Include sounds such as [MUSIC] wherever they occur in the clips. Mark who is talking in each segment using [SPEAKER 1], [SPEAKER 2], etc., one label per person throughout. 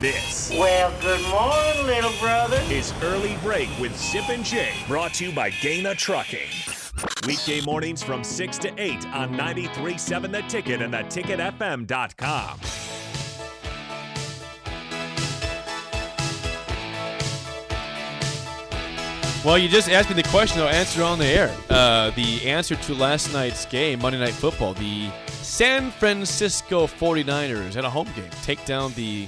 [SPEAKER 1] This
[SPEAKER 2] Well, good morning, little brother.
[SPEAKER 1] is Early Break with Zip and Jay, brought to you by Gaina Trucking. Weekday mornings from 6 to 8 on 93.7 The Ticket and theticketfm.com.
[SPEAKER 3] Well, you just asked me the question. I'll answer on the air. Uh, the answer to last night's game, Monday Night Football, the San Francisco 49ers at a home game take down the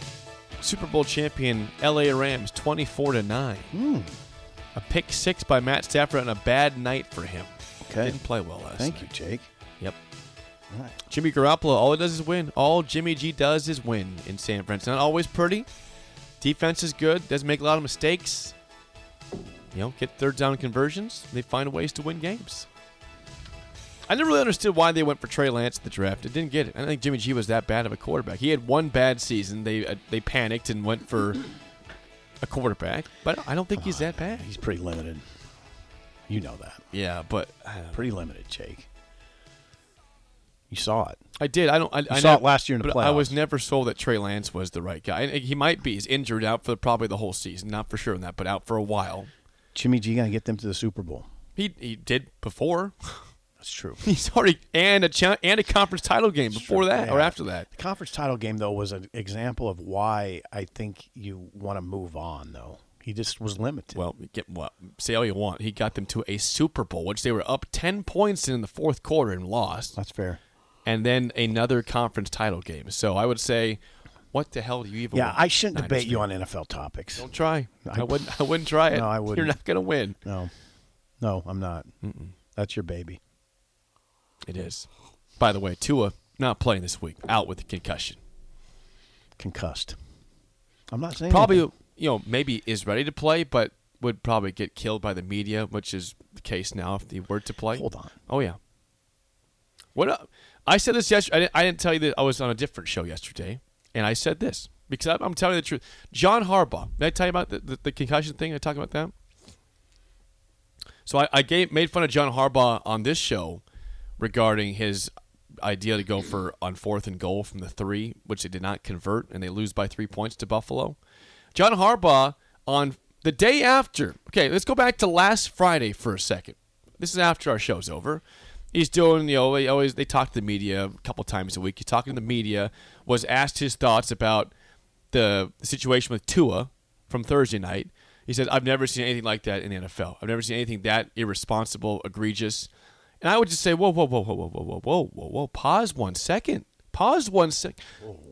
[SPEAKER 3] Super Bowl champion LA Rams 24 to 9. A pick six by Matt Stafford and a bad night for him.
[SPEAKER 4] Okay.
[SPEAKER 3] Didn't play well last
[SPEAKER 4] Thank
[SPEAKER 3] night.
[SPEAKER 4] you, Jake.
[SPEAKER 3] Yep. Jimmy Garoppolo, all he does is win. All Jimmy G does is win in San Fran. It's not always pretty. Defense is good. Doesn't make a lot of mistakes. You know, get third down conversions. They find ways to win games. I never really understood why they went for Trey Lance in the draft. I didn't get it. I don't think Jimmy G was that bad of a quarterback. He had one bad season. They uh, they panicked and went for a quarterback, but I don't think he's that bad.
[SPEAKER 4] He's pretty limited. You know that.
[SPEAKER 3] Yeah, but
[SPEAKER 4] [SIGHS]
[SPEAKER 3] uh,
[SPEAKER 4] Pretty limited, Jake. You saw it.
[SPEAKER 3] I did. I don't. I, I
[SPEAKER 4] saw
[SPEAKER 3] nev-
[SPEAKER 4] it last year in the
[SPEAKER 3] but I was
[SPEAKER 4] playoffs.
[SPEAKER 3] never sold that Trey Lance was the right guy. And he might be. He's injured out for probably the whole season. Not for sure on that, but out for a while.
[SPEAKER 4] Jimmy G gonna get them to the Super Bowl.
[SPEAKER 3] He he did before. [LAUGHS]
[SPEAKER 4] That's [LAUGHS] true.
[SPEAKER 3] He's already and a cha- and a conference title game before
[SPEAKER 4] true.
[SPEAKER 3] that or
[SPEAKER 4] Yeah.
[SPEAKER 3] after that.
[SPEAKER 4] The conference title game though was an example of why I think you want to move on though. He just was limited.
[SPEAKER 3] Well, get what say all you want. He got them to a Super Bowl, which they were up ten points in the fourth quarter and lost,
[SPEAKER 4] that's fair.
[SPEAKER 3] and then another conference title game. So I would say, what the hell do you even?
[SPEAKER 4] Yeah,
[SPEAKER 3] want?
[SPEAKER 4] I shouldn't
[SPEAKER 3] Niners
[SPEAKER 4] debate
[SPEAKER 3] fan?
[SPEAKER 4] you on NFL topics.
[SPEAKER 3] Don't try. I,
[SPEAKER 4] I-
[SPEAKER 3] wouldn't. I wouldn't try it.
[SPEAKER 4] No, I
[SPEAKER 3] [LAUGHS]
[SPEAKER 4] wouldn't.
[SPEAKER 3] You're not gonna win.
[SPEAKER 4] No, no, I'm not. That's your baby.
[SPEAKER 3] It is. By the way, Tua not playing this week, out with a concussion.
[SPEAKER 4] Concussed. I'm not saying
[SPEAKER 3] Probably,
[SPEAKER 4] anything.
[SPEAKER 3] you know, maybe is ready to play, but would probably get killed by the media, which is the case now if he were to play.
[SPEAKER 4] Hold on.
[SPEAKER 3] Oh yeah. What up? I said this yesterday. I didn't, I didn't tell you that I was on a different show yesterday, and I said this because I'm, I'm telling you the truth. John Harbaugh. Did I tell you about the, the, the concussion thing? Did I talk about that. So I, I gave, made fun of John Harbaugh on this show regarding his idea to go for on fourth and goal from the three, which they did not convert, and they lose by three points to Buffalo. John Harbaugh on the day after. Okay, let's go back to last Friday for a second. This is after our show's over. He's doing, you know, he always they talk to the media a couple times a week. He's talking to the media. Was asked his thoughts about the situation with Tua from Thursday night. He said, I've never seen anything like that in the NFL. I've never seen anything that irresponsible, egregious. And I would just say, whoa, whoa, whoa, whoa, whoa, whoa, whoa, whoa, whoa, whoa. Pause one second. Pause one sec.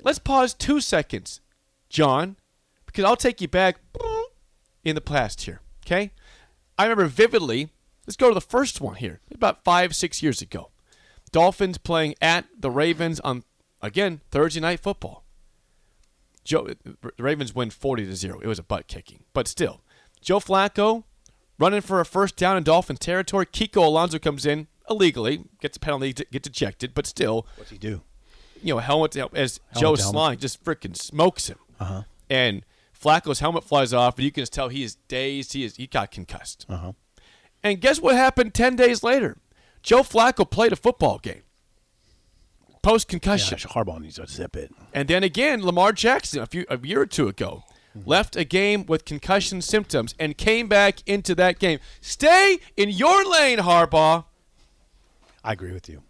[SPEAKER 3] Let's pause two seconds, John, because I'll take you back in the past here. Okay? I remember vividly. Let's go to the first one here, about five, six years ago. Dolphins playing at the Ravens on, again, Thursday night football. Joe the Ravens win 40 to 0. It was a butt kicking. But still, Joe Flacco running for a first down in Dolphin territory. Kiko Alonso comes in illegally, gets a penalty, d- gets ejected, but still,
[SPEAKER 4] What's he do?
[SPEAKER 3] you know, helmet as Joe
[SPEAKER 4] helmet.
[SPEAKER 3] Slang just freaking smokes him. Uh-huh. And Flacco's helmet flies off, and you can just tell he is dazed. He is he got concussed. Uh-huh. And guess what happened 10 days later? Joe Flacco played a football game. Post concussion.
[SPEAKER 4] Gosh, Harbaugh needs to zip it.
[SPEAKER 3] And then again, Lamar Jackson a few a year or two ago left a game with concussion symptoms and came back into that game. Stay in your lane, Harbaugh,
[SPEAKER 4] I agree with you.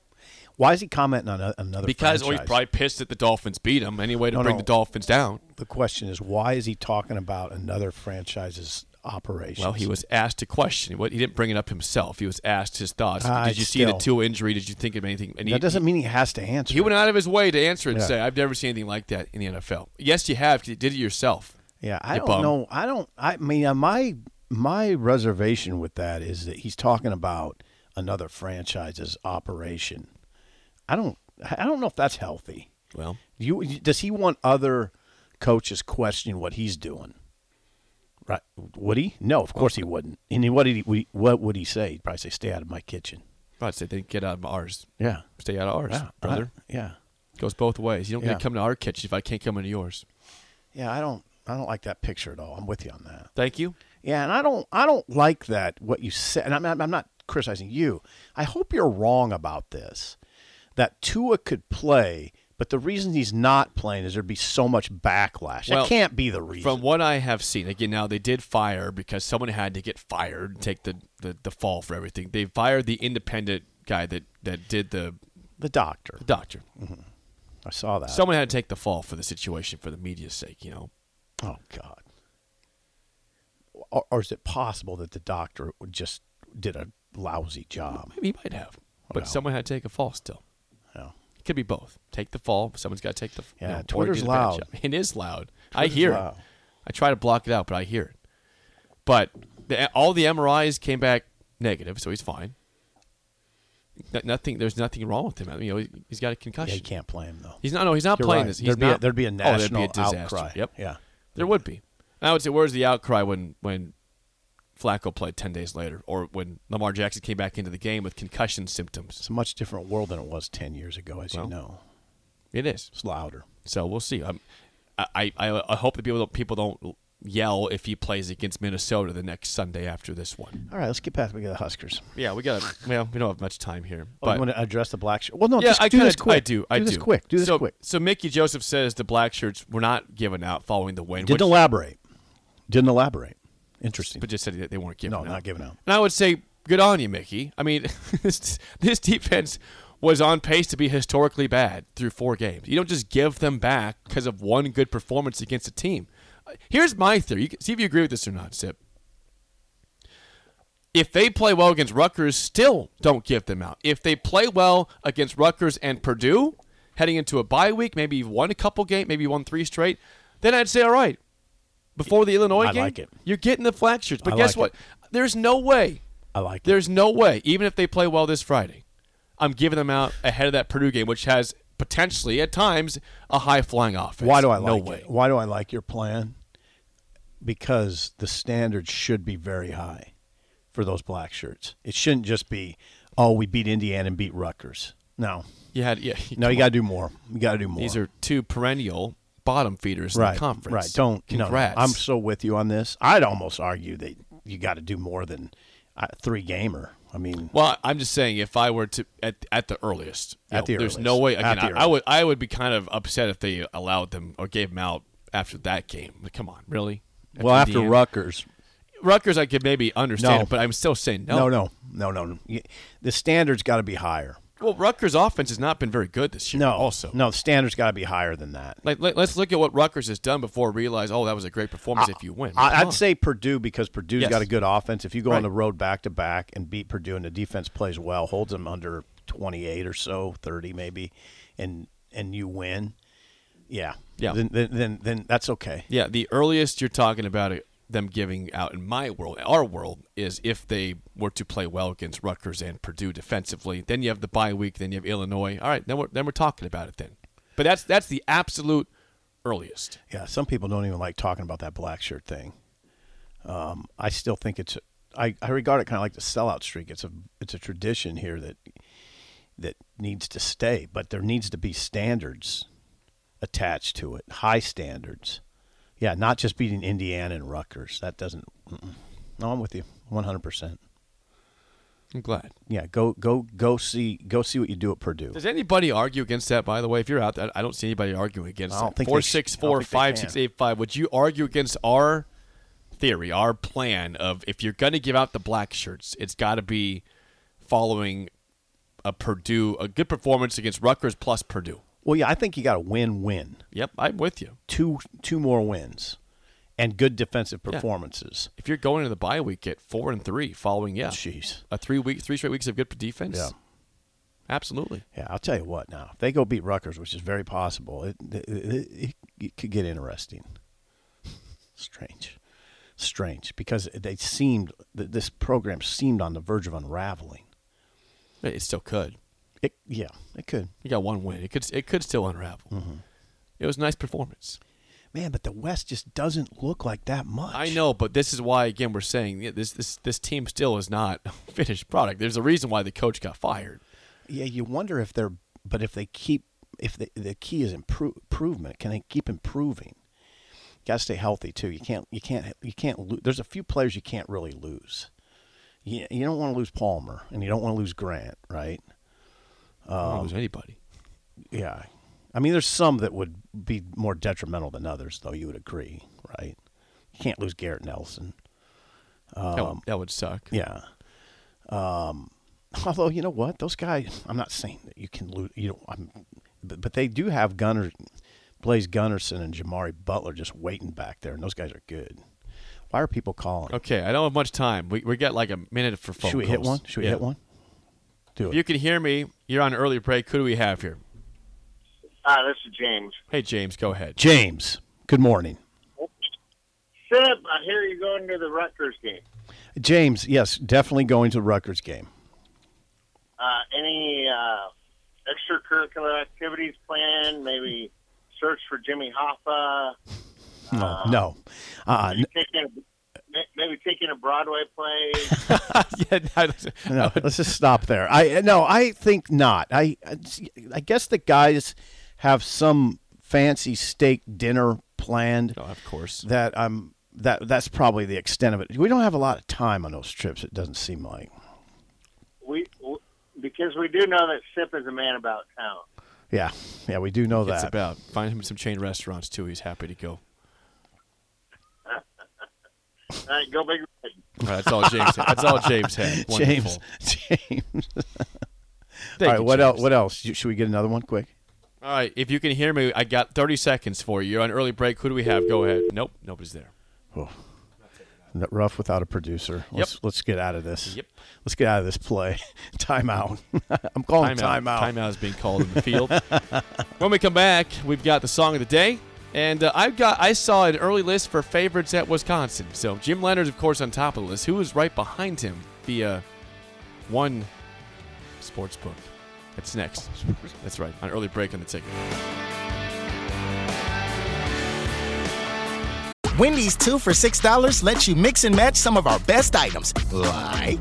[SPEAKER 4] Why is he commenting on a- another?
[SPEAKER 3] because oh, he's
[SPEAKER 4] franchise?
[SPEAKER 3] probably pissed that the Dolphins beat him anyway to
[SPEAKER 4] No,
[SPEAKER 3] bring
[SPEAKER 4] no.
[SPEAKER 3] the Dolphins down.
[SPEAKER 4] the question is why is he talking about another franchise's operation?
[SPEAKER 3] Well, he was asked a question. What he didn't bring it up himself. He was asked his thoughts.
[SPEAKER 4] Ah,
[SPEAKER 3] Did you
[SPEAKER 4] it's
[SPEAKER 3] see the
[SPEAKER 4] still-
[SPEAKER 3] two injury? Did you think of anything? And
[SPEAKER 4] that doesn't mean he has to answer.
[SPEAKER 3] he went out of his way to answer and
[SPEAKER 4] Yeah.
[SPEAKER 3] say, "I've never seen anything like that in the NFL." Yes, you have. 'cause you did it yourself.
[SPEAKER 4] yeah, I
[SPEAKER 3] you
[SPEAKER 4] don't
[SPEAKER 3] bum.
[SPEAKER 4] know. I don't. I mean, uh, my my reservation with that is that he's talking about another franchise's operation. I don't. I don't know if that's healthy.
[SPEAKER 3] Well,
[SPEAKER 4] You does he want other coaches questioning what he's doing? Right? Would he? No, of course he wouldn't. And he- what did he? What would he say? He'd probably say, "Stay out of my kitchen."
[SPEAKER 3] I'd say then get out of ours.
[SPEAKER 4] Yeah,
[SPEAKER 3] Stay out of ours,
[SPEAKER 4] yeah,
[SPEAKER 3] brother.
[SPEAKER 4] I- yeah,
[SPEAKER 3] Goes both ways. You don't get
[SPEAKER 4] Yeah.
[SPEAKER 3] to come to our kitchen if I can't come into yours.
[SPEAKER 4] yeah. I don't. I don't like that picture at all. I'm with you on that.
[SPEAKER 3] Thank you.
[SPEAKER 4] Yeah, and I don't. I don't like that. What you said, and I'm not, I'm not criticizing you. I hope you're wrong about this. That Tua could play But the reason he's not playing is there'd be so much backlash.
[SPEAKER 3] Well,
[SPEAKER 4] that can't be the reason.
[SPEAKER 3] From what I have seen, again, now they did fire because someone had to get fired and take the, the, the fall for everything. They fired the independent guy that, that did the
[SPEAKER 4] the doctor.
[SPEAKER 3] doctor.
[SPEAKER 4] I saw that.
[SPEAKER 3] Someone had to take the fall for the situation for the media's sake, you know.
[SPEAKER 4] oh God. Or, or is it possible that the doctor just did a lousy job?
[SPEAKER 3] Maybe he might have, but
[SPEAKER 4] Well.
[SPEAKER 3] someone had to take a fall still.
[SPEAKER 4] Yeah.
[SPEAKER 3] It could be both. Take the fall. Someone's got to take the you
[SPEAKER 4] Yeah,
[SPEAKER 3] know, or
[SPEAKER 4] Twitter's
[SPEAKER 3] do the bad
[SPEAKER 4] loud.
[SPEAKER 3] job. [LAUGHS] It is loud. I hear
[SPEAKER 4] loud.
[SPEAKER 3] it. I try to block it out, but I hear it. But the, all the MRIs came back negative, so he's fine. No- nothing. There's nothing wrong with him. I mean, you know, he- he's got a
[SPEAKER 4] Yeah,
[SPEAKER 3] concussion.
[SPEAKER 4] you can't play him though.
[SPEAKER 3] He's not. No, he's not
[SPEAKER 4] You're
[SPEAKER 3] playing
[SPEAKER 4] right.
[SPEAKER 3] this. He's
[SPEAKER 4] There'd be a-
[SPEAKER 3] not.
[SPEAKER 4] there'd be a
[SPEAKER 3] oh,
[SPEAKER 4] national
[SPEAKER 3] there'd be a disaster.
[SPEAKER 4] outcry.
[SPEAKER 3] Yep.
[SPEAKER 4] Yeah.
[SPEAKER 3] There would be. I would say, where's the outcry when when Flacco played ten days later, or when Lamar Jackson came back into the game with concussion symptoms?
[SPEAKER 4] It's a much different world than it was ten years ago, as
[SPEAKER 3] Well.
[SPEAKER 4] you know.
[SPEAKER 3] It is.
[SPEAKER 4] It's louder.
[SPEAKER 3] So we'll see. I'm, I, I I hope that people don't, people don't yell if he plays against Minnesota the next Sunday after this one.
[SPEAKER 4] All right, let's get back to the Huskers.
[SPEAKER 3] Yeah, we got. to Well, we don't have much time here,
[SPEAKER 4] Oh,
[SPEAKER 3] but
[SPEAKER 4] you want to address the black shirt? Well, no,
[SPEAKER 3] yeah,
[SPEAKER 4] just
[SPEAKER 3] I
[SPEAKER 4] do
[SPEAKER 3] kinda,
[SPEAKER 4] this quick.
[SPEAKER 3] I do. I do.
[SPEAKER 4] this quick. Do this
[SPEAKER 3] so,
[SPEAKER 4] quick.
[SPEAKER 3] So Mickey Joseph says the black shirts were not given out following the win.
[SPEAKER 4] Didn't
[SPEAKER 3] which-
[SPEAKER 4] elaborate. Didn't elaborate. Interesting.
[SPEAKER 3] but just said that they weren't given
[SPEAKER 4] no,
[SPEAKER 3] out.
[SPEAKER 4] not giving out.
[SPEAKER 3] And I would say, good on you, Mickey. I mean, [LAUGHS] this, this defense was on pace to be historically bad through four games. You don't just give them back because of one good performance against a team. Uh, Here's my theory. You can see if you agree with this or not, Sip. If they play well against Rutgers, still don't give them out. If they play well against Rutgers and Purdue, heading into a bye week, maybe you've won a couple games, maybe you won three straight, then I'd say, all right, before the Illinois
[SPEAKER 4] I
[SPEAKER 3] game,
[SPEAKER 4] like it.
[SPEAKER 3] you're getting the flag shirts. But
[SPEAKER 4] I
[SPEAKER 3] guess
[SPEAKER 4] like
[SPEAKER 3] what? There's no way.
[SPEAKER 4] I like it.
[SPEAKER 3] There's no way, even if they play well this Friday, I'm giving them out ahead of that Purdue game, which has potentially at times a high flying offense.
[SPEAKER 4] Why do I like
[SPEAKER 3] No
[SPEAKER 4] it?
[SPEAKER 3] way.
[SPEAKER 4] Why do I like your plan? Because the standard should be very high for those black shirts. It shouldn't just be, oh, we beat Indiana and beat Rutgers. No,
[SPEAKER 3] You had yeah. [LAUGHS]
[SPEAKER 4] no, you got to do more. You got to do more.
[SPEAKER 3] These are two perennial bottom feeders in
[SPEAKER 4] right,
[SPEAKER 3] the conference.
[SPEAKER 4] right. Don't. no, no.
[SPEAKER 3] Congrats.
[SPEAKER 4] I'm so with you on this. I'd almost argue that you got to do more than uh, three gamer. I mean,
[SPEAKER 3] Well, I'm just saying, if I were to at at the earliest, you
[SPEAKER 4] At the
[SPEAKER 3] there's
[SPEAKER 4] earliest.
[SPEAKER 3] no way.
[SPEAKER 4] At
[SPEAKER 3] Again,
[SPEAKER 4] the
[SPEAKER 3] I, I would I would be kind of upset if they allowed them or gave them out after that game. Like, come on, really?
[SPEAKER 4] well, after
[SPEAKER 3] Indiana?
[SPEAKER 4] Rutgers,
[SPEAKER 3] Rutgers, I could maybe understand,
[SPEAKER 4] No.
[SPEAKER 3] but I'm still saying no.
[SPEAKER 4] no, no, no, no. no. You- The standard's got to be higher.
[SPEAKER 3] Well, Rutgers' offense has not been very good this year.
[SPEAKER 4] No,
[SPEAKER 3] also.
[SPEAKER 4] no, the standard's got to be higher than that.
[SPEAKER 3] Like, let, us look at what Rutgers has done before realize, oh, that was a great performance if you win.
[SPEAKER 4] I,
[SPEAKER 3] Come
[SPEAKER 4] I'd
[SPEAKER 3] on.
[SPEAKER 4] say Purdue because Purdue's
[SPEAKER 3] Yes.
[SPEAKER 4] got a good offense. If you go
[SPEAKER 3] Right.
[SPEAKER 4] on the road back to back and beat Purdue and the defense plays well, holds them under 28 or so, 30 maybe, and and you win, yeah,
[SPEAKER 3] Yeah.
[SPEAKER 4] then then then, then that's okay.
[SPEAKER 3] Yeah, the earliest you're talking about it, them giving out in my world, our world, is if they were to play well against Rutgers and Purdue defensively. Then you have the bye week. Then you have Illinois. All right, then we're then we're talking about it then. But that's that's the absolute earliest.
[SPEAKER 4] Yeah, some people don't even like talking about that black shirt thing. Um, I still think it's I, I regard it kind of like the sellout streak. It's a it's a tradition here that that needs to stay, but there needs to be standards attached to it, high standards. Yeah, not just beating Indiana and Rutgers. That doesn't. Mm-mm. No, I'm with you, 100. percent
[SPEAKER 3] I'm glad.
[SPEAKER 4] Yeah, go go go see go see what you do at Purdue.
[SPEAKER 3] Does anybody argue against that? By the way, if you're out there, I don't see anybody arguing against
[SPEAKER 4] I don't
[SPEAKER 3] that.
[SPEAKER 4] think they
[SPEAKER 3] Four
[SPEAKER 4] sh-
[SPEAKER 3] six
[SPEAKER 4] I don't
[SPEAKER 3] four
[SPEAKER 4] think they
[SPEAKER 3] five
[SPEAKER 4] can.
[SPEAKER 3] six eight five. Would you argue against our theory, our plan of if you're going to give out the black shirts, it's got to be following a Purdue, a good performance against Rutgers plus Purdue.
[SPEAKER 4] Well, yeah, I think you got to win win.
[SPEAKER 3] Yep, I'm with you.
[SPEAKER 4] Two two more wins, and good defensive performances.
[SPEAKER 3] If you're going into the bye week at four and three, following yeah,
[SPEAKER 4] Jeez.
[SPEAKER 3] a three week, three straight weeks of good defense.
[SPEAKER 4] Yeah.
[SPEAKER 3] absolutely.
[SPEAKER 4] Yeah, I'll tell you what. Now, if they go beat Rutgers, which is very possible, it it, it, it could get interesting. Strange, strange, because they seemed th- this program seemed on the verge of unraveling.
[SPEAKER 3] It it still could.
[SPEAKER 4] It, yeah, it could.
[SPEAKER 3] You got one win. It could it could still unravel.
[SPEAKER 4] Mm-hmm.
[SPEAKER 3] It was a nice performance.
[SPEAKER 4] Man, but the West just doesn't look like that much.
[SPEAKER 3] I know, but this is why again we're saying yeah, this this this team still is not [LAUGHS] a finished product. There's a reason why the coach got fired.
[SPEAKER 4] Yeah, you wonder if they're, but if they keep, if they, the key is improve, improvement, can they keep improving? got to stay healthy too. You can't, you can't, you can't. Lo- There's a few players you can't really lose. You, you don't want to lose Palmer, and you don't want to lose Grant, right?
[SPEAKER 3] I don't lose anybody.
[SPEAKER 4] Yeah, I mean, there's some that would be more detrimental than others, though. You would agree, right? You can't lose Garrett Nelson.
[SPEAKER 3] that, would, that would suck.
[SPEAKER 4] um, Yeah. Um, [LAUGHS] although you know what, those guys, I'm not saying that you can lose. You know, I'm, but, but they do have Gunner, Blaze Gunnerson and Jamari Butler just waiting back there, and those guys are good. Why are people calling?
[SPEAKER 3] Okay, I don't have much time. We we got like a minute for phone
[SPEAKER 4] Should we hit one? Should we hit one? Do
[SPEAKER 3] If
[SPEAKER 4] it.
[SPEAKER 3] you can hear me, you're on early break. Who do we have here?
[SPEAKER 2] Ah, this is James.
[SPEAKER 3] Hey, James, go
[SPEAKER 4] [LAUGHS]
[SPEAKER 3] ahead.
[SPEAKER 4] James, good morning.
[SPEAKER 2] Sib, I hear you're going to the Rutgers game.
[SPEAKER 4] James, yes, definitely going to the Rutgers game.
[SPEAKER 2] Uh, any uh, extracurricular activities planned? Maybe search for Jimmy Hoffa.
[SPEAKER 4] No,
[SPEAKER 3] Ah.
[SPEAKER 4] no. Uh, n-
[SPEAKER 2] Taking a, may- maybe taking a Broadway play.
[SPEAKER 3] yeah, [LAUGHS] no,
[SPEAKER 4] no, [LAUGHS] let's just stop there. I no, I think not. I I- I guess the guys have some fancy steak dinner planned
[SPEAKER 3] no, of course.
[SPEAKER 4] that I'm that that's probably the extent of it. We don't have a lot of time on those trips. It doesn't seem like.
[SPEAKER 2] we w- because we do know that Sip is a man about town.
[SPEAKER 4] Yeah, yeah, we do know
[SPEAKER 3] It's
[SPEAKER 4] [LAUGHS] that.
[SPEAKER 3] about find him some chain restaurants too. He's happy to go.
[SPEAKER 2] All right, go big. Red.
[SPEAKER 3] All right, that's all James. Had. That's all James had.
[SPEAKER 4] [LAUGHS] James,
[SPEAKER 3] Wonderful.
[SPEAKER 4] [LAUGHS] James.
[SPEAKER 3] Thank
[SPEAKER 4] All right,
[SPEAKER 3] you,
[SPEAKER 4] what
[SPEAKER 3] James.
[SPEAKER 4] else? What else? You- Should we get another one quick?
[SPEAKER 3] All right, if you can hear me, I got 30 seconds for you. You're on early break. Who do we have? Go ahead. Nope, nobody's there.
[SPEAKER 4] Oh. Not rough without a producer. Let's let's get out of this.
[SPEAKER 3] Yep.
[SPEAKER 4] Let's get out of this play. [LAUGHS] Timeout. I'm calling timeout.
[SPEAKER 3] Timeout is being called in the field. when we come back, we've got the song of the day, and uh, I've got I saw an early list for favorites at Wisconsin. So Jim Leonard's of course on top of the list. Who is right behind him via one sports book? That's next. That's right. An early break on the ticket.
[SPEAKER 5] Wendy's two for $6 lets you mix and match some of our best items, like